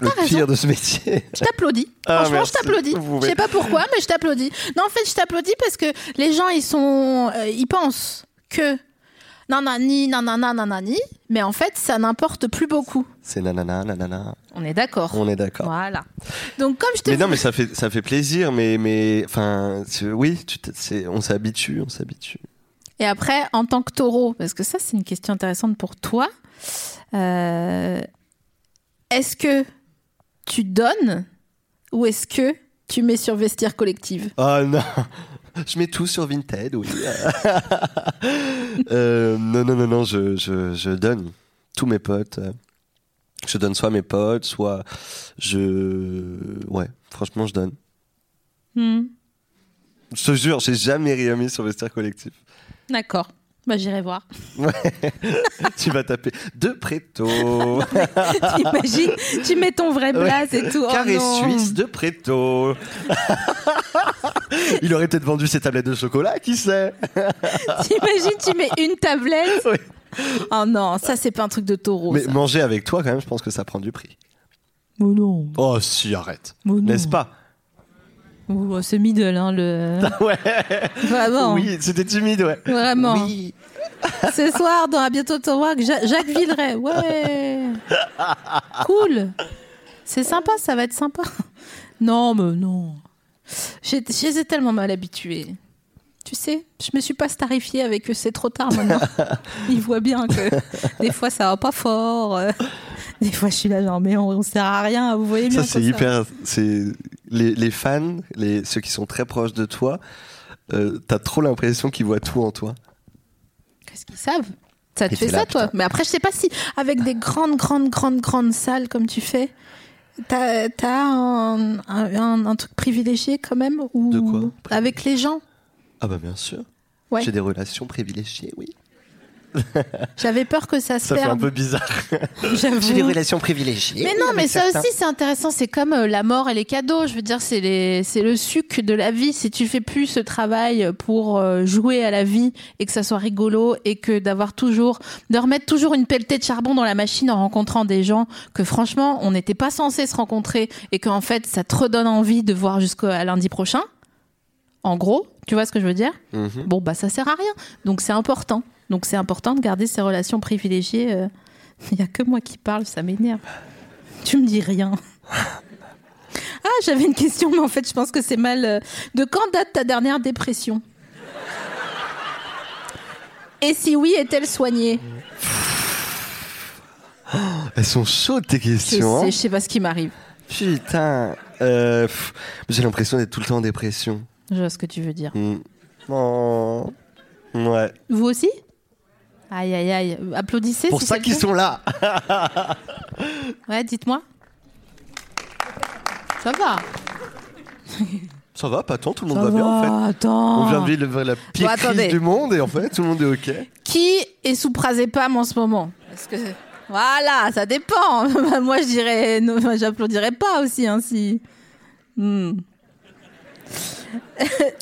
Le
T'as raison.
pire de ce métier.
Je t'applaudis.
Ah,
Franchement,
merci.
je t'applaudis.
Vous
Je
pouvez-
sais pas pourquoi, mais je t'applaudis. Non, en fait, je t'applaudis parce que les gens, ils sont, euh, ils pensent que nanani, nanana, nanani, mais en fait, ça n'importe plus beaucoup.
C'est nanana, nanana.
On est d'accord.
On est d'accord.
Voilà. Donc, comme je te
Mais non, mais ça fait, ça fait plaisir, mais, mais, enfin, tu- oui, tu te- c'est- on s'habitue, on s'habitue.
Et après, en tant que taureau, parce que ça, c'est une question intéressante pour toi. euh, est-ce que tu donnes ou est-ce que tu mets sur vestiaire collective
Oh non Je mets tout sur Vinted, oui. Euh, non, non, non, non, je, je, je donne tous mes potes. euh, Je donne soit mes potes, soit
Hmm.
je... Ouais, franchement, je donne. Je te jure, j'ai jamais rien mis sur Vestiaire Collectif.
D'accord. Bah, j'irai voir.
tu vas taper de
Oh
préto.
T'imagines Tu mets ton vrai blaze et tout. Oh
Carré
non.
suisse de préto. Il aurait peut-être vendu ses tablettes de chocolat, qui sait
T'imagines Tu mets une tablette.
Oui.
Oh non, ça, c'est pas un truc de taureau.
Mais
ça.
manger avec toi, quand même, je pense que ça prend du prix.
Oh non.
Oh, si, arrête.
Mais non.
N'est-ce pas
Oh, ce middle, hein, le.
Ouais.
Vraiment.
Oui, c'était timide, ouais.
Vraiment.
Oui.
Ce soir, dans À bientôt ton rock, Ja- Jacques Villeray. Ouais. Cool. C'est sympa, ça va être sympa. Non, mais non. J'ai- Je les ai tellement mal habitués. Tu sais, je me suis pas starifiée avec eux, c'est trop tard maintenant. Ils voient bien que des fois ça va pas fort. euh, Des fois je suis là genre mais on, on sert à rien, vous voyez bien. quoi,
Ça, c'est hyper. C'est les, les fans, les, ceux qui sont très proches de toi, euh, t'as trop l'impression qu'ils voient tout en toi.
Qu'est-ce qu'ils savent Ça te
Et
fait
t'es
ça,
là,
toi Mais après, je sais pas si, avec des grandes, grandes, grandes, grandes salles comme tu fais, t'as as un, un- un truc privilégié quand même ou
De quoi
Avec les gens
Ah bah bien sûr.
Ouais.
J'ai des relations privilégiées, oui.
J'avais peur que ça se
Ça fait un
perde.
peu bizarre.
j'avoue.
relations privilégiées.
Mais non, mais
avec
ça
certains.
aussi, c'est intéressant. C'est comme euh, la mort et les cadeaux. Je veux dire, c'est les- c'est le suc de la vie. Si tu fais plus ce travail pour euh, jouer à la vie et que ça soit rigolo et que d'avoir toujours, de remettre toujours une pelletée de charbon dans la machine en rencontrant des gens que franchement, on n'était pas censé se rencontrer et qu'en fait, ça te redonne envie de voir jusqu'à lundi prochain. En gros, tu vois ce que je veux dire
Mhm.
Bon, bah, ça sert à rien. Donc, c'est important. Donc, c'est important de garder ces relations privilégiées. euh. Il n'y a que moi qui parle, ça m'énerve. Tu me dis rien. Ah, j'avais une question, mais en fait, je pense que c'est mal. euh, De quand date ta dernière dépression Et si oui, est-elle soignée
Mmh. Elles sont chaudes tes
Je
questions.
sais,
hein.
je sais pas ce qui m'arrive.
Putain. Euh, pff, J'ai l'impression d'être tout le temps en dépression.
Je vois ce que tu veux dire.
Mm. Oh. Ouais.
Vous aussi Aïe, aïe, aïe. Applaudissez.
Pour
si
ça
c'est le
qu'ils
cas.
sont là.
Ouais, dites-moi. Ça va.
Ça va, pas tant, tout le
Ça
monde va, bien en fait.
Attends.
On vient de vivre la pire
Oh. Bon, attendez.
crise du monde et en fait tout le monde est ok.
qui est sous Prazépam en ce moment Parce que voilà, ça dépend. Bah, Moi, je dirais, non, enfin, j'applaudirais pas aussi, hein, si. Hmm.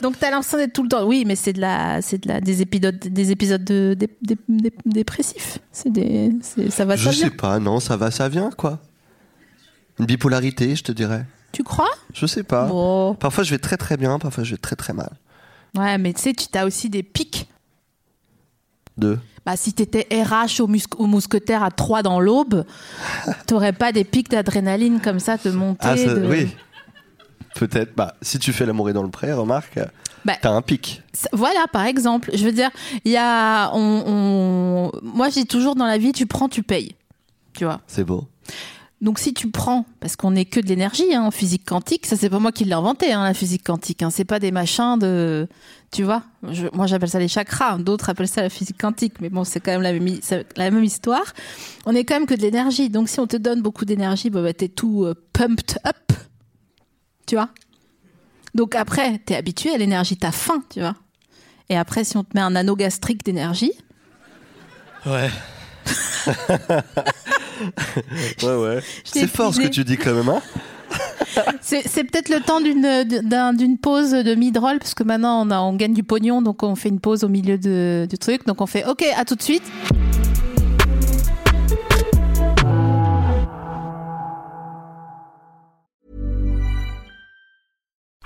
Donc, t'as l'impression d'être tout le temps. Oui, mais c'est de la, c'est de la, des épisodes, des épisodes de, dé- dé- dé- dépressifs. C'est des, c'est- ça va
Je
Bah, ça
sais
vient.
pas, non, ça va, ça vient quoi. Une bipolarité, je te dirais.
Tu crois
Je sais pas.
Bon.
Parfois je vais très très bien, parfois je vais très très mal.
Ouais, mais tu sais, tu t'as aussi des pics.
Deux.
Bah, si t'étais RH au, musc- au mousquetaire à 3 dans l'aube, t'aurais pas des pics d'adrénaline comme ça te monter.
Ah, ça-
de-
oui. Peut-être, bah, si tu fais l'amour est dans le pré, remarque, euh,
Bah,
t'as un pic.
Ça- Voilà, par exemple. Je veux dire, il y a. On, on- Moi, j'ai toujours dans la vie, tu prends, tu payes. Tu vois.
C'est beau.
Donc, si tu prends, parce qu'on n'est que de l'énergie hein, en physique quantique, ça, c'est pas moi qui l'ai inventé, hein, la physique quantique. Hein, c'est pas des machins de. Tu vois Je- Moi, j'appelle ça les chakras. hein, D'autres appellent ça la physique quantique. Mais bon, c'est quand même la même, hi- c'est la même histoire. On n'est quand même que de l'énergie. Donc, si on te donne beaucoup d'énergie, bah, bah, t'es tout euh, pumped up. Tu vois Donc, après, t'es habitué à l'énergie, t'as faim, tu vois et après, si on te met un anneau gastrique d'énergie,
Ouais. ouais, ouais. C'est fort ce que
épuisée.
tu dis quand même, hein
c'est c'est peut-être le temps d'une d'un- d'une pause de mid-roll, parce que maintenant on, a, on gagne du pognon, donc on fait une pause au milieu de- du truc. Donc on fait OK, à tout de suite.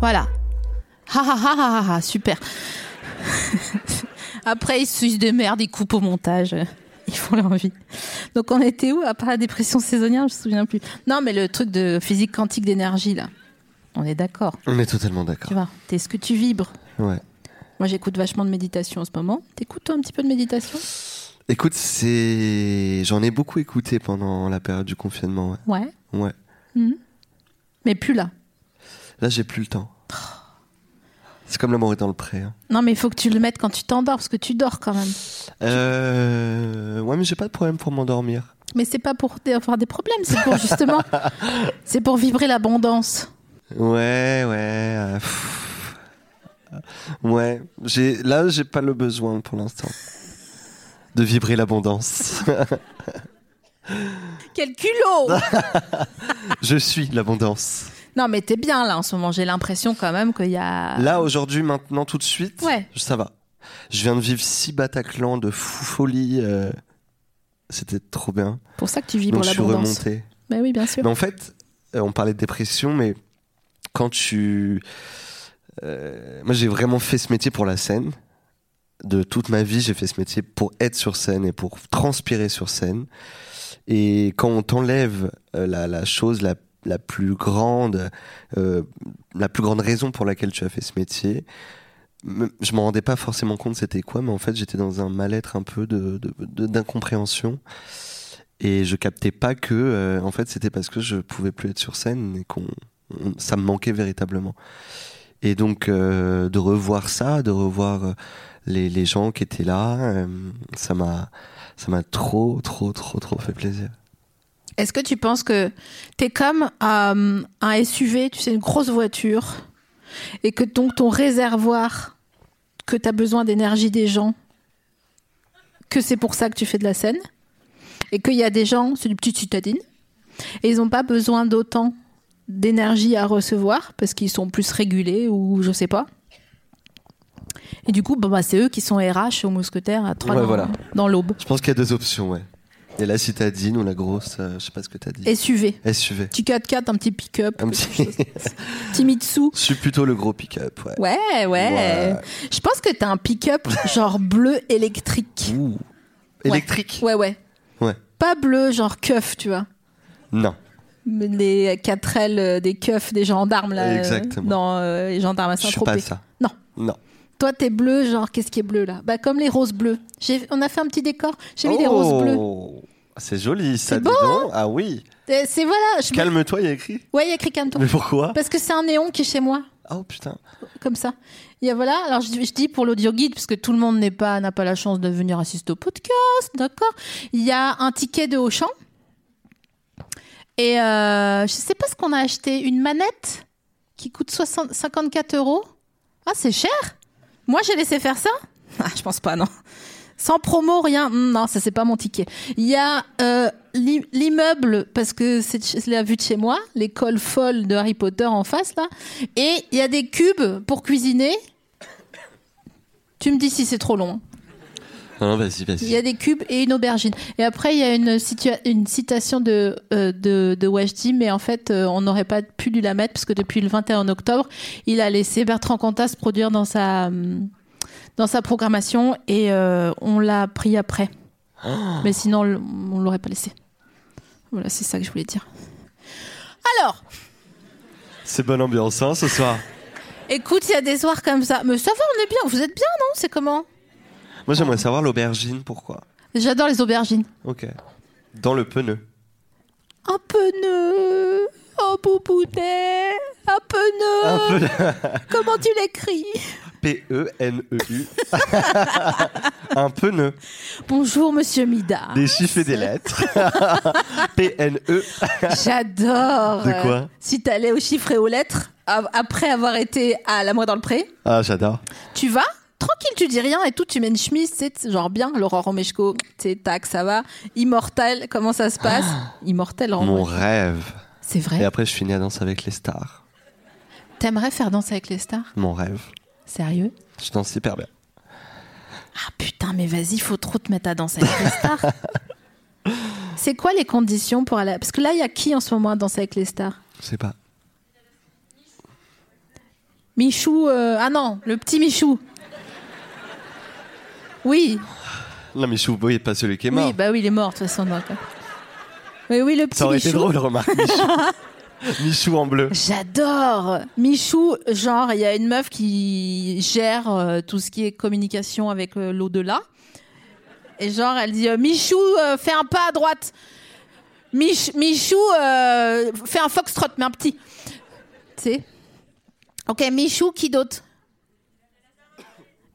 Voilà. Ha ha ha ha ha, ha, super. Après, ils se sucent de merde, ils coupent au montage. Ils font leur vie. Donc on était où à part la dépression saisonnière, je me souviens plus. Non, mais le truc de physique quantique d'énergie là. On est d'accord.
On est totalement
Tu
d'accord.
vois, t'es ce que tu vibres.
Ouais.
Moi, j'écoute vachement de méditation en ce moment. T'écoutes toi un petit peu de méditation
Écoute, c'est j'en ai beaucoup écouté pendant la période du confinement. ouais.
Ouais.
Ouais.
Mais plus là.
Là, j'ai plus le temps. C'est comme l'amour est dans le pré. hein.
Non, mais il faut que tu le mettes quand tu t'endors, parce que tu dors quand même.
Euh... Ouais, mais j'ai pas de problème pour m'endormir.
Mais c'est pas pour dé- avoir des problèmes, c'est pour justement, c'est pour vibrer l'abondance.
Ouais, ouais. euh, pff. Ouais, j'ai là j'ai pas le besoin pour l'instant de vibrer l'abondance.
Quel culot
Je suis l'abondance.
Non, mais t'es bien là en ce moment. J'ai l'impression quand même qu'il y a.
Là aujourd'hui, maintenant, tout de suite,
Ah. Ouais.
ça va. Je viens de vivre six Bataclan de fou folie. euh, C'était trop bien.
Pour ça que tu vibres
Donc je suis
l'abondance.
remonté.
Mais oui, bien sûr.
Mais en fait, euh, on parlait de dépression, mais quand tu. euh, moi, j'ai vraiment fait ce métier pour la scène. De toute ma vie, j'ai fait ce métier pour être sur scène et pour transpirer sur scène. Et quand on t'enlève euh, la, la chose la, la plus grande, euh, la plus grande raison pour laquelle tu as fait ce métier, me- je m'en rendais pas forcément compte c'était quoi, mais en fait j'étais dans un mal-être un peu de- de- de- d'incompréhension. Et je captais pas que, euh, en fait, c'était parce que je pouvais plus être sur scène et qu'on, on- ça me manquait véritablement. Et donc, euh, de revoir ça, de revoir euh, les, les gens qui étaient là, euh, ça m'a, ça m'a trop, trop, trop, trop fait plaisir.
Est-ce que tu penses que t'es comme euh, un SUV, tu sais, une grosse voiture, et que donc ton réservoir, que t'as besoin d'énergie des gens, que c'est pour ça que tu fais de la scène, et qu'il y a des gens, c'est du petit citadine, et ils n'ont pas besoin d'autant d'énergie à recevoir parce qu'ils sont plus régulés ou je sais pas. Et du coup, bah, bah, c'est eux qui sont RH aux mousquetaires à trois
Ouais,
dans-
voilà.
dans l'aube.
Je pense qu'il y a deux options, ouais. Et la citadine ou la grosse, euh, je sais pas ce que t'as dit.
SUV.
SUV.
Petit 4x4, un petit pick-up,
Un petit-
petit Mitsu.
je suis plutôt le gros pick-up, ouais.
Ouais, ouais.
Ouais.
Je pense que t'as un pick-up genre bleu électrique.
Ouh.
Ouais.
Électrique.
Ouais, ouais.
Ouais.
Pas bleu genre keuf, tu vois.
Non.
Mais Les quatre ailes euh, des keufs des gendarmes là. euh,
Exactement.
Dans euh, les gendarmes à
Je suis pas
Saint-Tropez.
ça.
Non.
Non.
Toi, t'es bleu, genre, qu'est-ce qui est bleu là Bah, comme les roses bleues. J'ai- On a fait un petit décor, j'ai mis des roses bleues.
Oh, C'est joli, ça,
C'est
dis
beau,
donc. Ah oui.
Euh, C'est voilà. Je...
Calme-toi, il y a écrit.
Ouais, il y a écrit Canton.
Mais pourquoi
Parce que c'est un néon qui est chez moi.
Oh putain.
comme ça. Il y a voilà, alors je, je dis pour l'audio guide parce que tout le monde n'est pas n'a pas la chance de venir assister au podcast, d'accord Il y a un ticket de Auchan. Et euh, je sais pas ce qu'on a acheté, une manette qui coûte 60 54 euros. Ah, c'est cher Moi, j'ai laissé faire ça ah, Je pense pas, non. Sans promo, rien. Hmm, Non, ça, c'est pas mon ticket. Il y a euh, l'i- l'immeuble, parce que c'est de chez- c'est la vue de chez moi, l'école folle de Harry Potter en face, là. Et il y a des cubes pour cuisiner. Tu me dis si c'est trop long.
Non, vas-y,
Il y a des cubes et une aubergine. Et après, il y a une, situa- une citation de, euh, de, de Wajdi, mais en fait, euh, on n'aurait pas pu lui la mettre parce que depuis le 21 octobre, il a laissé Bertrand Cantas produire dans sa, hum, dans sa programmation et euh, on l'a pris après. Mais sinon, on l- on l'aurait pas laissé. Voilà, c'est ça que je voulais dire. Alors,
C'est bonne ambiance hein, ce soir.
écoute, il y a des soirs comme ça. Mais ça va, on est bien. Vous êtes bien, non C'est comment
Moi, j'aimerais savoir l'aubergine, pourquoi
J'adore les aubergines.
Ok. Dans le pneu.
Un pneu, un boubounet, un pneu. Ah Comment tu l'écris
P-E-N-E-U. Un pneu.
Bonjour, monsieur Mida.
Des chiffres et des lettres. P-N-E.
J'adore.
De quoi
Euh, Si t'allais aux chiffres et aux lettres, av- après avoir été à la moi dans le pré,
Ah, j'adore.
tu vas tranquille, tu dis rien et tout, tu mets une chemise, c'est genre bien, Laurent Romeshko, c'est tac, ça va. Immortel, comment ça se passe Immortel, en
Ah. Mon
vrai.
rêve.
C'est
Et
vrai.
après, je finis à danser avec les stars.
T'aimerais faire danser avec les stars
Mon rêve.
Sérieux
Je danse hyper bien.
Ah putain, mais vas-y, faut trop te mettre à danser avec les stars. C'est quoi les conditions pour aller Parce que là, il y a qui en ce moment à danser avec les stars
Je sais pas.
Michou, euh, ah non, le petit Michou. Oui,
Non, mais Choubo n'est pas celui qui est mort.
Oui, bah oui, il est mort de toute façon. donc. Mais oui, le petit
Ça aurait été
Michou.
drôle, remarque. Michou. Michou en bleu.
J'adore Michou, genre, il y a une meuf qui gère euh, tout ce qui est communication avec euh, l'au-delà. Et genre, elle dit euh, Michou, euh, fais un pas à droite. Mich- Michou, euh, fais un foxtrot, mais un petit. Tu sais. Ok, Michou, qui d'autre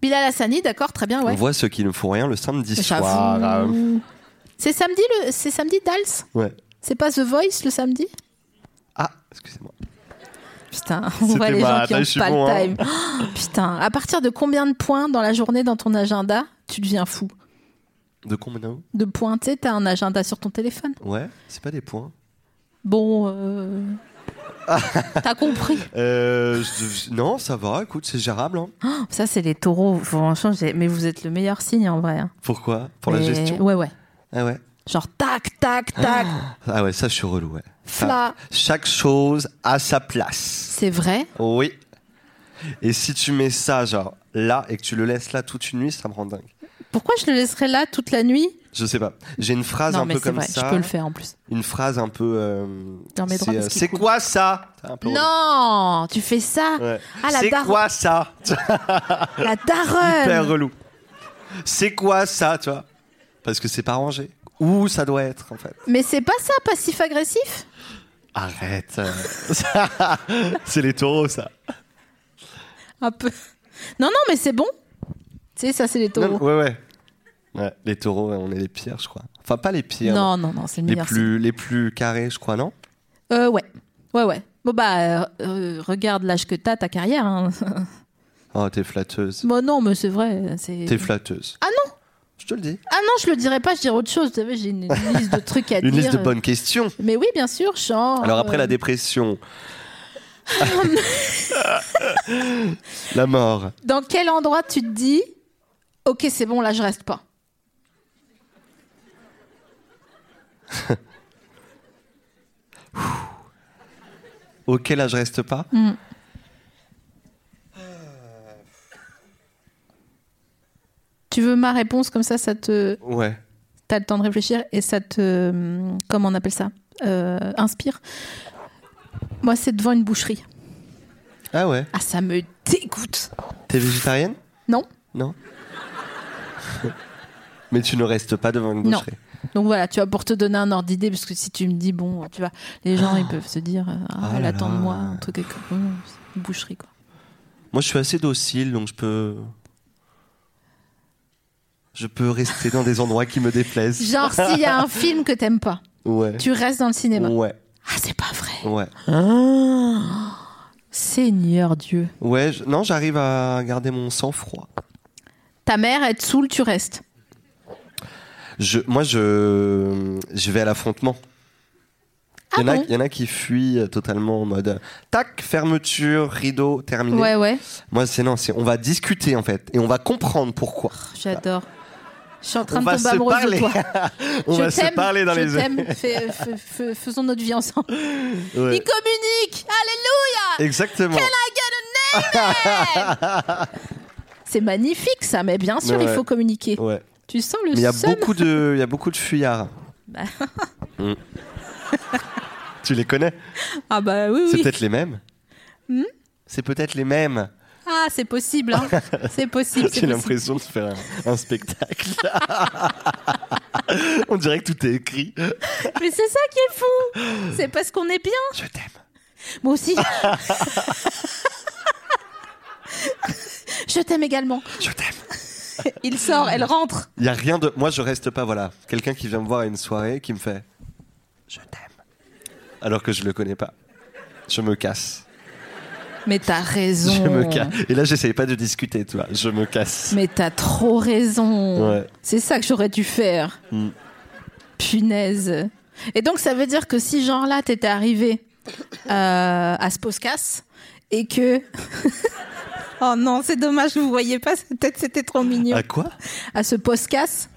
Bilal Hassani, d'accord, très bien,
On
ouais.
voit ceux qui ne font rien le samedi
J'avoue.
soir. euh,
C'est samedi, le... c'est samedi Dals
Ouais.
C'est pas The Voice le samedi
Ah, excusez-moi.
Putain, on
C'était
voit les
ma-
gens qui
là,
ont
je suis
pas
bon,
le
hein.
time. Oh, putain, à partir de combien de points dans la journée dans ton agenda tu deviens fou
De combien
De points, tu sais, t'as un agenda sur ton téléphone.
Ouais, c'est pas des points.
Bon, euh... t'as compris.
Euh, je- non, ça va, écoute, c'est gérable. hein.
Ça, c'est les taureaux. Franchement, j'ai- mais vous êtes le meilleur signe en vrai. hein.
Pourquoi Pour la
Mais-
gestion
Ouais, ouais.
Ah ouais.
Genre tac, tac, tac.
Ah ouais, ça, je suis relou, ouais.
Fla.
Enfin, chaque chose a sa place.
c'est vrai.
Oui. Et si tu mets ça, genre, là, et que tu le laisses là toute une nuit, ça me rend dingue.
Pourquoi je le laisserai là toute la nuit
Je sais pas. J'ai une phrase
Non,
Ah, un
mais
peu
c'est
comme
vrai,
ça.
je peux le faire en plus.
Une phrase un peu. euh,
Dans mes droits,
c'est, euh,
parce qu'il
c'est
coule.
quoi ça Un peu relou.
Non, tu fais ça
Ouais.
à la,
C'est
dar-
quoi ça
la daronne.
Hyper relou. C'est quoi ça, tu vois Parce que c'est pas rangé. Où ça doit être, en fait
Mais c'est pas ça, passif-agressif
Arrête. euh, ça, c'est les taureaux, ça.
Un peu. Non, non, mais c'est bon. Tu sais, ça, c'est les
Non,
taureaux.
ouais, ouais, Ouais, Les taureaux, on est les pires, je crois. Enfin, pas les pires.
Non, non, non, c'est le
Les
meilleur.
plus, les plus carrés, je crois, non
signe. Euh, ouais. Ouais, ouais. Bon, bah, euh, euh, regarde l'âge que t'as, ta carrière. Hein.
Oh, t'es flatteuse.
bon, non, mais c'est vrai. c'est-
T'es flatteuse.
Ah non
Je te le dis.
Ah non, je le dirais pas, je dirais autre chose. Tu savais, j'ai une, une liste de trucs à
Une
dire.
liste de bonnes questions.
Mais oui, bien sûr, genre.
Alors après
euh,
la dépression. la mort.
Dans quel endroit tu te dis, ok, c'est bon, là, je reste pas
Auquel là je reste pas
Mm. Tu veux ma réponse, comme ça, ça te.
Ouais.
T'as le temps de réfléchir et ça te. hum, Comment on appelle ça Euh, Inspire. Moi, c'est devant une boucherie.
Ah ouais.
Ah, ça me dégoûte.
T'es végétarienne
Non
Non. Mais tu ne restes pas devant une
Non.
boucherie.
Donc voilà, tu vois, pour te donner un ordre d'idée, parce que si tu me dis, bon, tu vois, les gens, ils peuvent se dire, euh, ah,
Oh
elle
là
attend de
là.
moi, un truc avec une boucherie, quoi.
Moi je suis assez docile donc je peux. Je peux rester dans des endroits qui me déplaisent.
Genre, s'il y a un film que t'aimes pas,
Ouais.
tu restes dans le cinéma.
Ouais.
Ah, c'est pas vrai.
Ouais.
Seigneur Dieu.
Ouais. je- Non, j'arrive à garder mon sang-froid.
Ta mère, elle te saoule, tu restes.
Je, moi, je, je vais à l'affrontement.
Ah
il, y en a,
bon
il y en a qui fuient euh, totalement en mode euh, tac, fermeture, rideau, terminé.
Ouais, ouais.
Moi, c'est non, c'est on va discuter en fait et on va comprendre pourquoi.
J'adore. Je suis en train
on
de
va
tomber
se
amoureuse de
parler.
toi.
on
je
va se
t'aime,
parler dans
je
les
t'aime. Fais- fais- fais- faisons notre vie ensemble.
Ouais.
Ils communiquent. Alléluia.
Exactement.
C'est magnifique ça, mais bien sûr,
Ouais.
il faut communiquer.
Ouais.
Tu sens le
Mais il y a
seum
beaucoup de, il y a beaucoup de fuyards.
Bah.
Mm. tu les connais
Ah bah oui, Hmm
C'est
oui.
peut-être les mêmes. C'est peut-être les mêmes.
Ah, c'est possible. hein. C'est possible. c'est
J'ai
possible.
l'impression de faire un, un spectacle. on dirait que tout est écrit.
Mais c'est ça qui est fou. C'est parce qu'on est bien.
Je t'aime.
Moi aussi. Je t'aime également.
Je t'aime.
Il sort, elle rentre.
Il y a rien de. Moi, je reste pas. Voilà, quelqu'un qui vient me voir à une soirée qui me fait. Je t'aime. Alors que je le connais pas. Je me casse.
Mais t'as raison.
Je me casse. Et là, j'essaye pas de discuter, tu vois. Je me casse.
Mais t'as trop raison.
Ouais.
C'est ça que j'aurais dû faire.
Mm.
Punaise. Et donc, ça veut dire que si, genre, là, t'étais arrivé euh, à ce podcast et que. oh non, c'est dommage, vous voyez pas, peut-être c'était trop mignon.
À quoi
À ce podcast.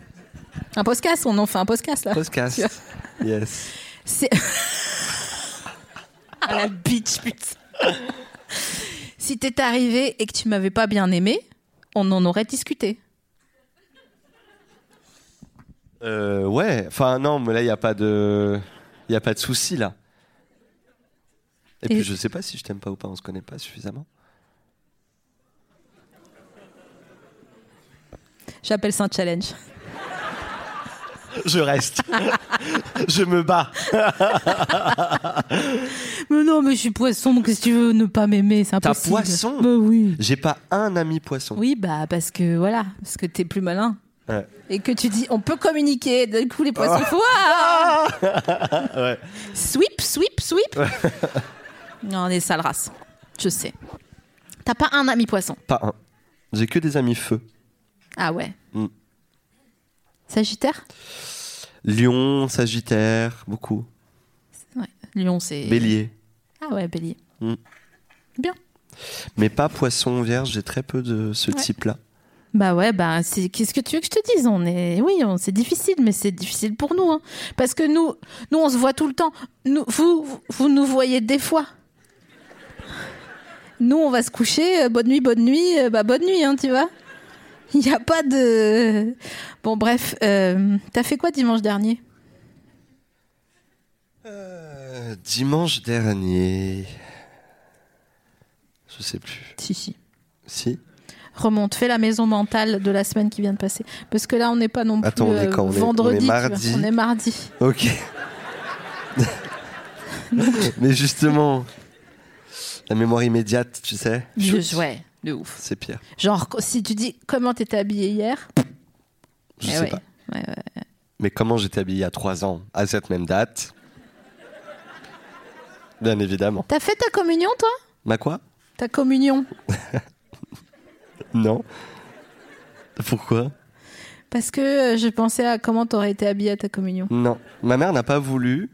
Un podcast, on en fait un podcast, là.
On se casse. Yes.
C'est- à la bitch, putain. si t'étais arrivé et que tu m'avais pas bien aimé, on en aurait discuté.
Euh, ouais, enfin non, mais là, il n'y a pas de, il y a pas de souci là. Et,
Et-
puis je sais pas si je t'aime pas ou pas, on se connaît pas suffisamment.
J'appelle ça un challenge.
Je reste. je me bats.
Mais non, mais je suis poisson, donc si tu veux ne pas m'aimer, c'est
T'as
impossible.
poisson
Bah oui.
J'ai pas un ami poisson.
Oui, bah parce que voilà, parce que t'es plus malin.
Ouais.
Et que tu dis, on peut communiquer, d'un coup les poissons font Ah Sweep, sweep, sweep Non, on est sale race, je sais. T'as pas un ami poisson
Pas un. J'ai que des amis feu.
Ah ouais.
Mm.
Sagittaire
Lion, Sagittaire, beaucoup.
Ouais. Lion, c'est.
Bélier.
Ah ouais, bélier.
Mm.
Bien.
Mais pas poisson, vierge, j'ai très peu de ce type-là.
Bah ouais, bah c'est qu'est-ce que tu veux que je te dise On est oui, on c'est difficile mais c'est difficile pour nous hein. parce que nous nous on se voit tout le temps. Nous vous vous- vous nous voyez des fois. Nous on va se coucher, euh, bonne nuit, bonne nuit, euh, bah bonne nuit hein, tu vois. Il n'y a pas de Bon bref, euh, t'as fait quoi dimanche dernier
Euh, Dimanche dernier. Je sais plus.
Si si.
Si
Remonte, fais la maison mentale de la semaine qui vient de passer parce que là on n'est pas non plus
Attends, on est
euh,
quand On est- on est
vendredi, tu vois.
mardi.
on est mardi.
Ok. Mais justement, la mémoire immédiate, tu sais.
Je, ouais, de ouf.
C'est pire.
Genre, co- si tu dis comment t'étais habillé hier,
Je
eh
sais
ouais.
pas.
Ouais, ouais.
Mais comment j'étais habillé il y a trois ans, à cette même date Bien évidemment.
T'as fait ta communion, toi
Ma quoi
Ta communion
Non. Pourquoi
Parce que euh, je pensais à comment t'aurais été habillé à ta communion.
Non. Ma mère n'a pas voulu.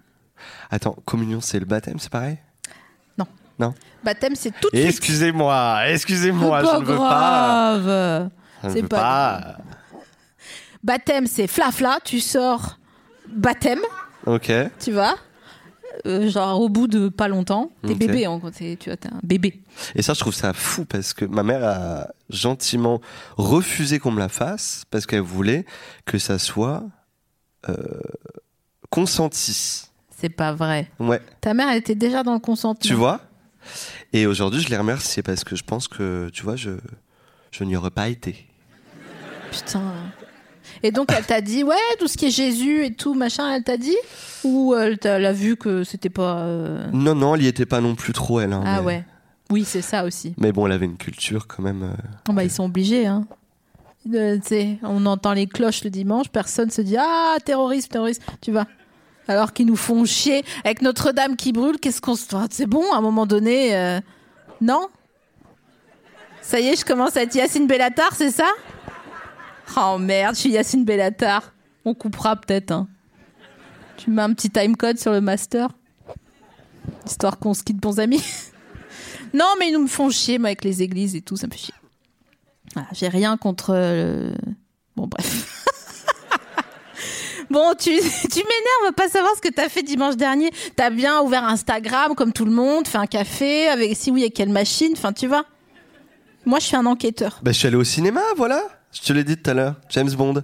Attends, communion, c'est le baptême, c'est pareil
Non.
Non.
Baptême, c'est tout de suite.
Excusez-moi, excusez-moi,
C'est
je
pas
ne veux pas.
grave.
Je ne
C'est
veux
pas
pas.
Baptême, c'est fla-fla, tu sors baptême,
Ok.
tu vois Euh, genre au bout de pas longtemps, t'es
Ok.
bébé hein, quand t'es- tu vois, t'es un bébé.
Et ça, je trouve ça fou parce que ma mère a gentiment refusé qu'on me la fasse parce qu'elle voulait que ça soit euh, consenti.
C'est pas vrai.
Ouais,
Ta mère, elle était déjà dans le consentement.
tu vois Et aujourd'hui, je les remercie parce que je pense que, tu vois, je, je n'y aurais pas été.
Putain. Et donc elle t'a dit ouais tout ce qui est Jésus et tout machin elle t'a dit ou euh, elle, t'a- elle a vu que c'était pas euh,
Non, non, elle n'y était pas non plus trop, elle. hein,
ah
mais-
ouais oui c'est ça aussi
Mais bon, elle avait une culture quand même. euh,
Oh, bah ils sont obligés hein De- tu sais, on entend les cloches le dimanche personne se dit ah terroriste terroriste tu vois alors qu'ils nous font chier avec Notre-Dame qui brûle qu'est-ce qu'on se Ah, c'est bon à un moment donné euh, non ça y est je commence à être Yacine Bellatar c'est ça oh merde je suis Yacine Bellatar on coupera peut-être hein. tu mets un petit timecode sur le master histoire qu'on se quitte bons amis non mais ils nous me font chier moi, avec les églises et tout ça me fait chier voilà, j'ai rien contre euh, le- Bon, bref. Bon, tu, tu m'énerves, pas savoir ce que t'as fait dimanche dernier. T'as bien ouvert Instagram comme tout le monde, fait un café, avec si oui, avec quelle machine, enfin tu vois. Moi, je suis un enquêteur.
Bah, je suis allé au cinéma, voilà. Je te l'ai dit tout à l'heure. James Bond.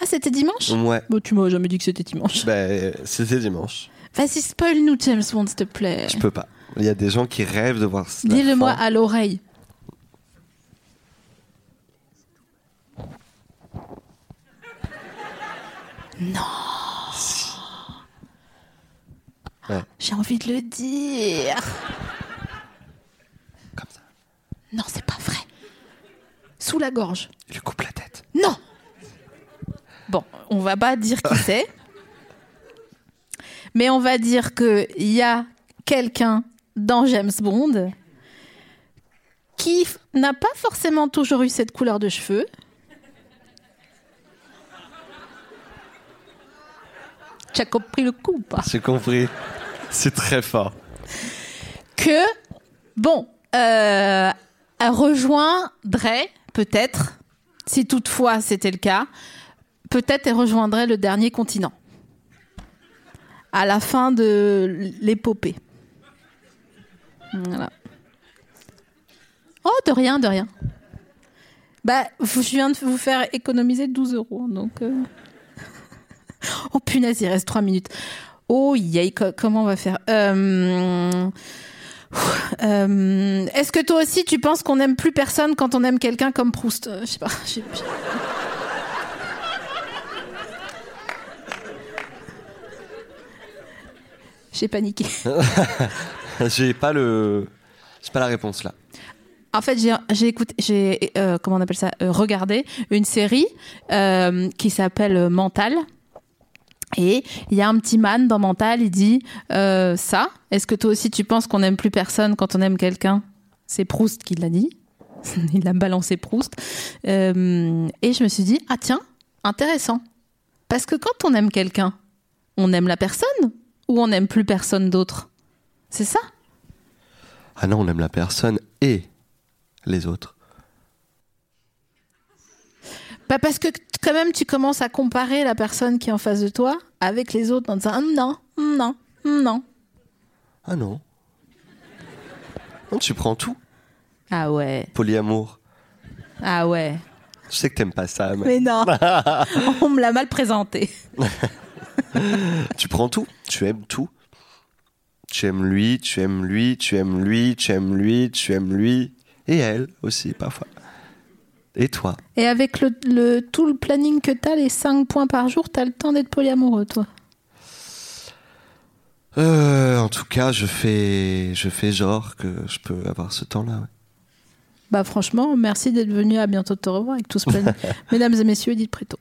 Ah, c'était dimanche
Ouais.
Bon, tu m'as jamais dit que c'était dimanche.
Bah, euh, c'était dimanche.
Vas-y, spoil-nous, James Bond, s'il te plaît.
Je peux pas. Il y a des gens qui rêvent de voir la
Dis-le-moi
fin.
à l'oreille. Non.
Ouais.
Ah, J'ai envie de le dire.
Comme ça.
Non, c'est pas vrai. Sous la gorge.
Il lui coupe la tête.
Non. Bon, on va pas dire qui c'est. Mais on va dire que il y a quelqu'un dans James Bond qui f- n'a pas forcément toujours eu cette couleur de cheveux. Tu as compris le coup ou pas
J'ai compris. C'est très fort.
que, bon, euh, elle rejoindrait peut-être, si toutefois c'était le cas, peut-être elle rejoindrait le dernier continent à la fin de l'épopée. Voilà. Oh, de rien, de rien. Bah, vous- je viens de vous faire économiser 12 euros, donc... euh, punaise, il reste trois minutes. Oh, yay, co- comment on va faire Euh, ouf, euh, Est-ce que toi aussi tu penses qu'on aime plus personne quand on aime quelqu'un comme Proust Euh, Je sais pas. j'ai- j'ai- J'ai paniqué.
J'ai pas le. J'ai pas la réponse là.
En fait, j'ai- j'ai écouté, j'ai euh, comment on appelle ça, euh, regardé une série euh, qui s'appelle Mental. Et il y a un petit man dans Mental, il dit euh, ça. Est-ce que toi aussi tu penses qu'on n'aime plus personne quand on aime quelqu'un C'est Proust qui l'a dit. il a balancé Proust. Euh, et je me suis dit ah tiens, intéressant. Parce que quand on aime quelqu'un, on aime la personne ou on n'aime plus personne d'autre. C'est ça
Ah non, on aime la personne et les autres.
Bah parce que t- quand même tu commences à comparer la personne qui est en face de toi avec les autres en disant Ah, non, non, non.
Ah non. Non, tu prends tout.
Ah ouais,
Polyamour.
ah ouais.
Je sais que t'aimes pas ça, mais
Mais non, on me l'a mal présenté.
tu prends tout. Tu aimes tout. Tu aimes lui, tu aimes lui, tu aimes lui, tu aimes lui, tu aimes lui. Et elle aussi, parfois. Et toi
Et avec le, le- tout le planning que t'as, les 5 points par jour, t'as le temps d'être polyamoureux, toi.
Euh, en tout cas, je fais, je fais genre que je peux avoir ce temps-là. ouais.
Bah franchement, merci d'être venu, à bientôt de te revoir avec tout ce planning. Mesdames et messieurs, Edith Préto.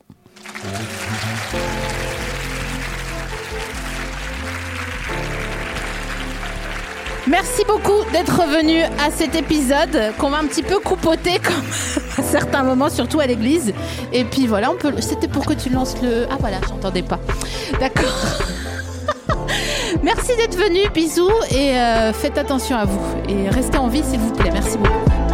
Merci beaucoup d'être venu à cet épisode qu'on va un petit peu coupoter comme à certains moments, surtout à l'église. Et puis voilà, on peut. C'était pour que tu lances le. Ah voilà, j'entendais pas. D'accord. Merci d'être venu, bisous et euh, faites attention à vous et restez en vie s'il vous plaît. Merci beaucoup.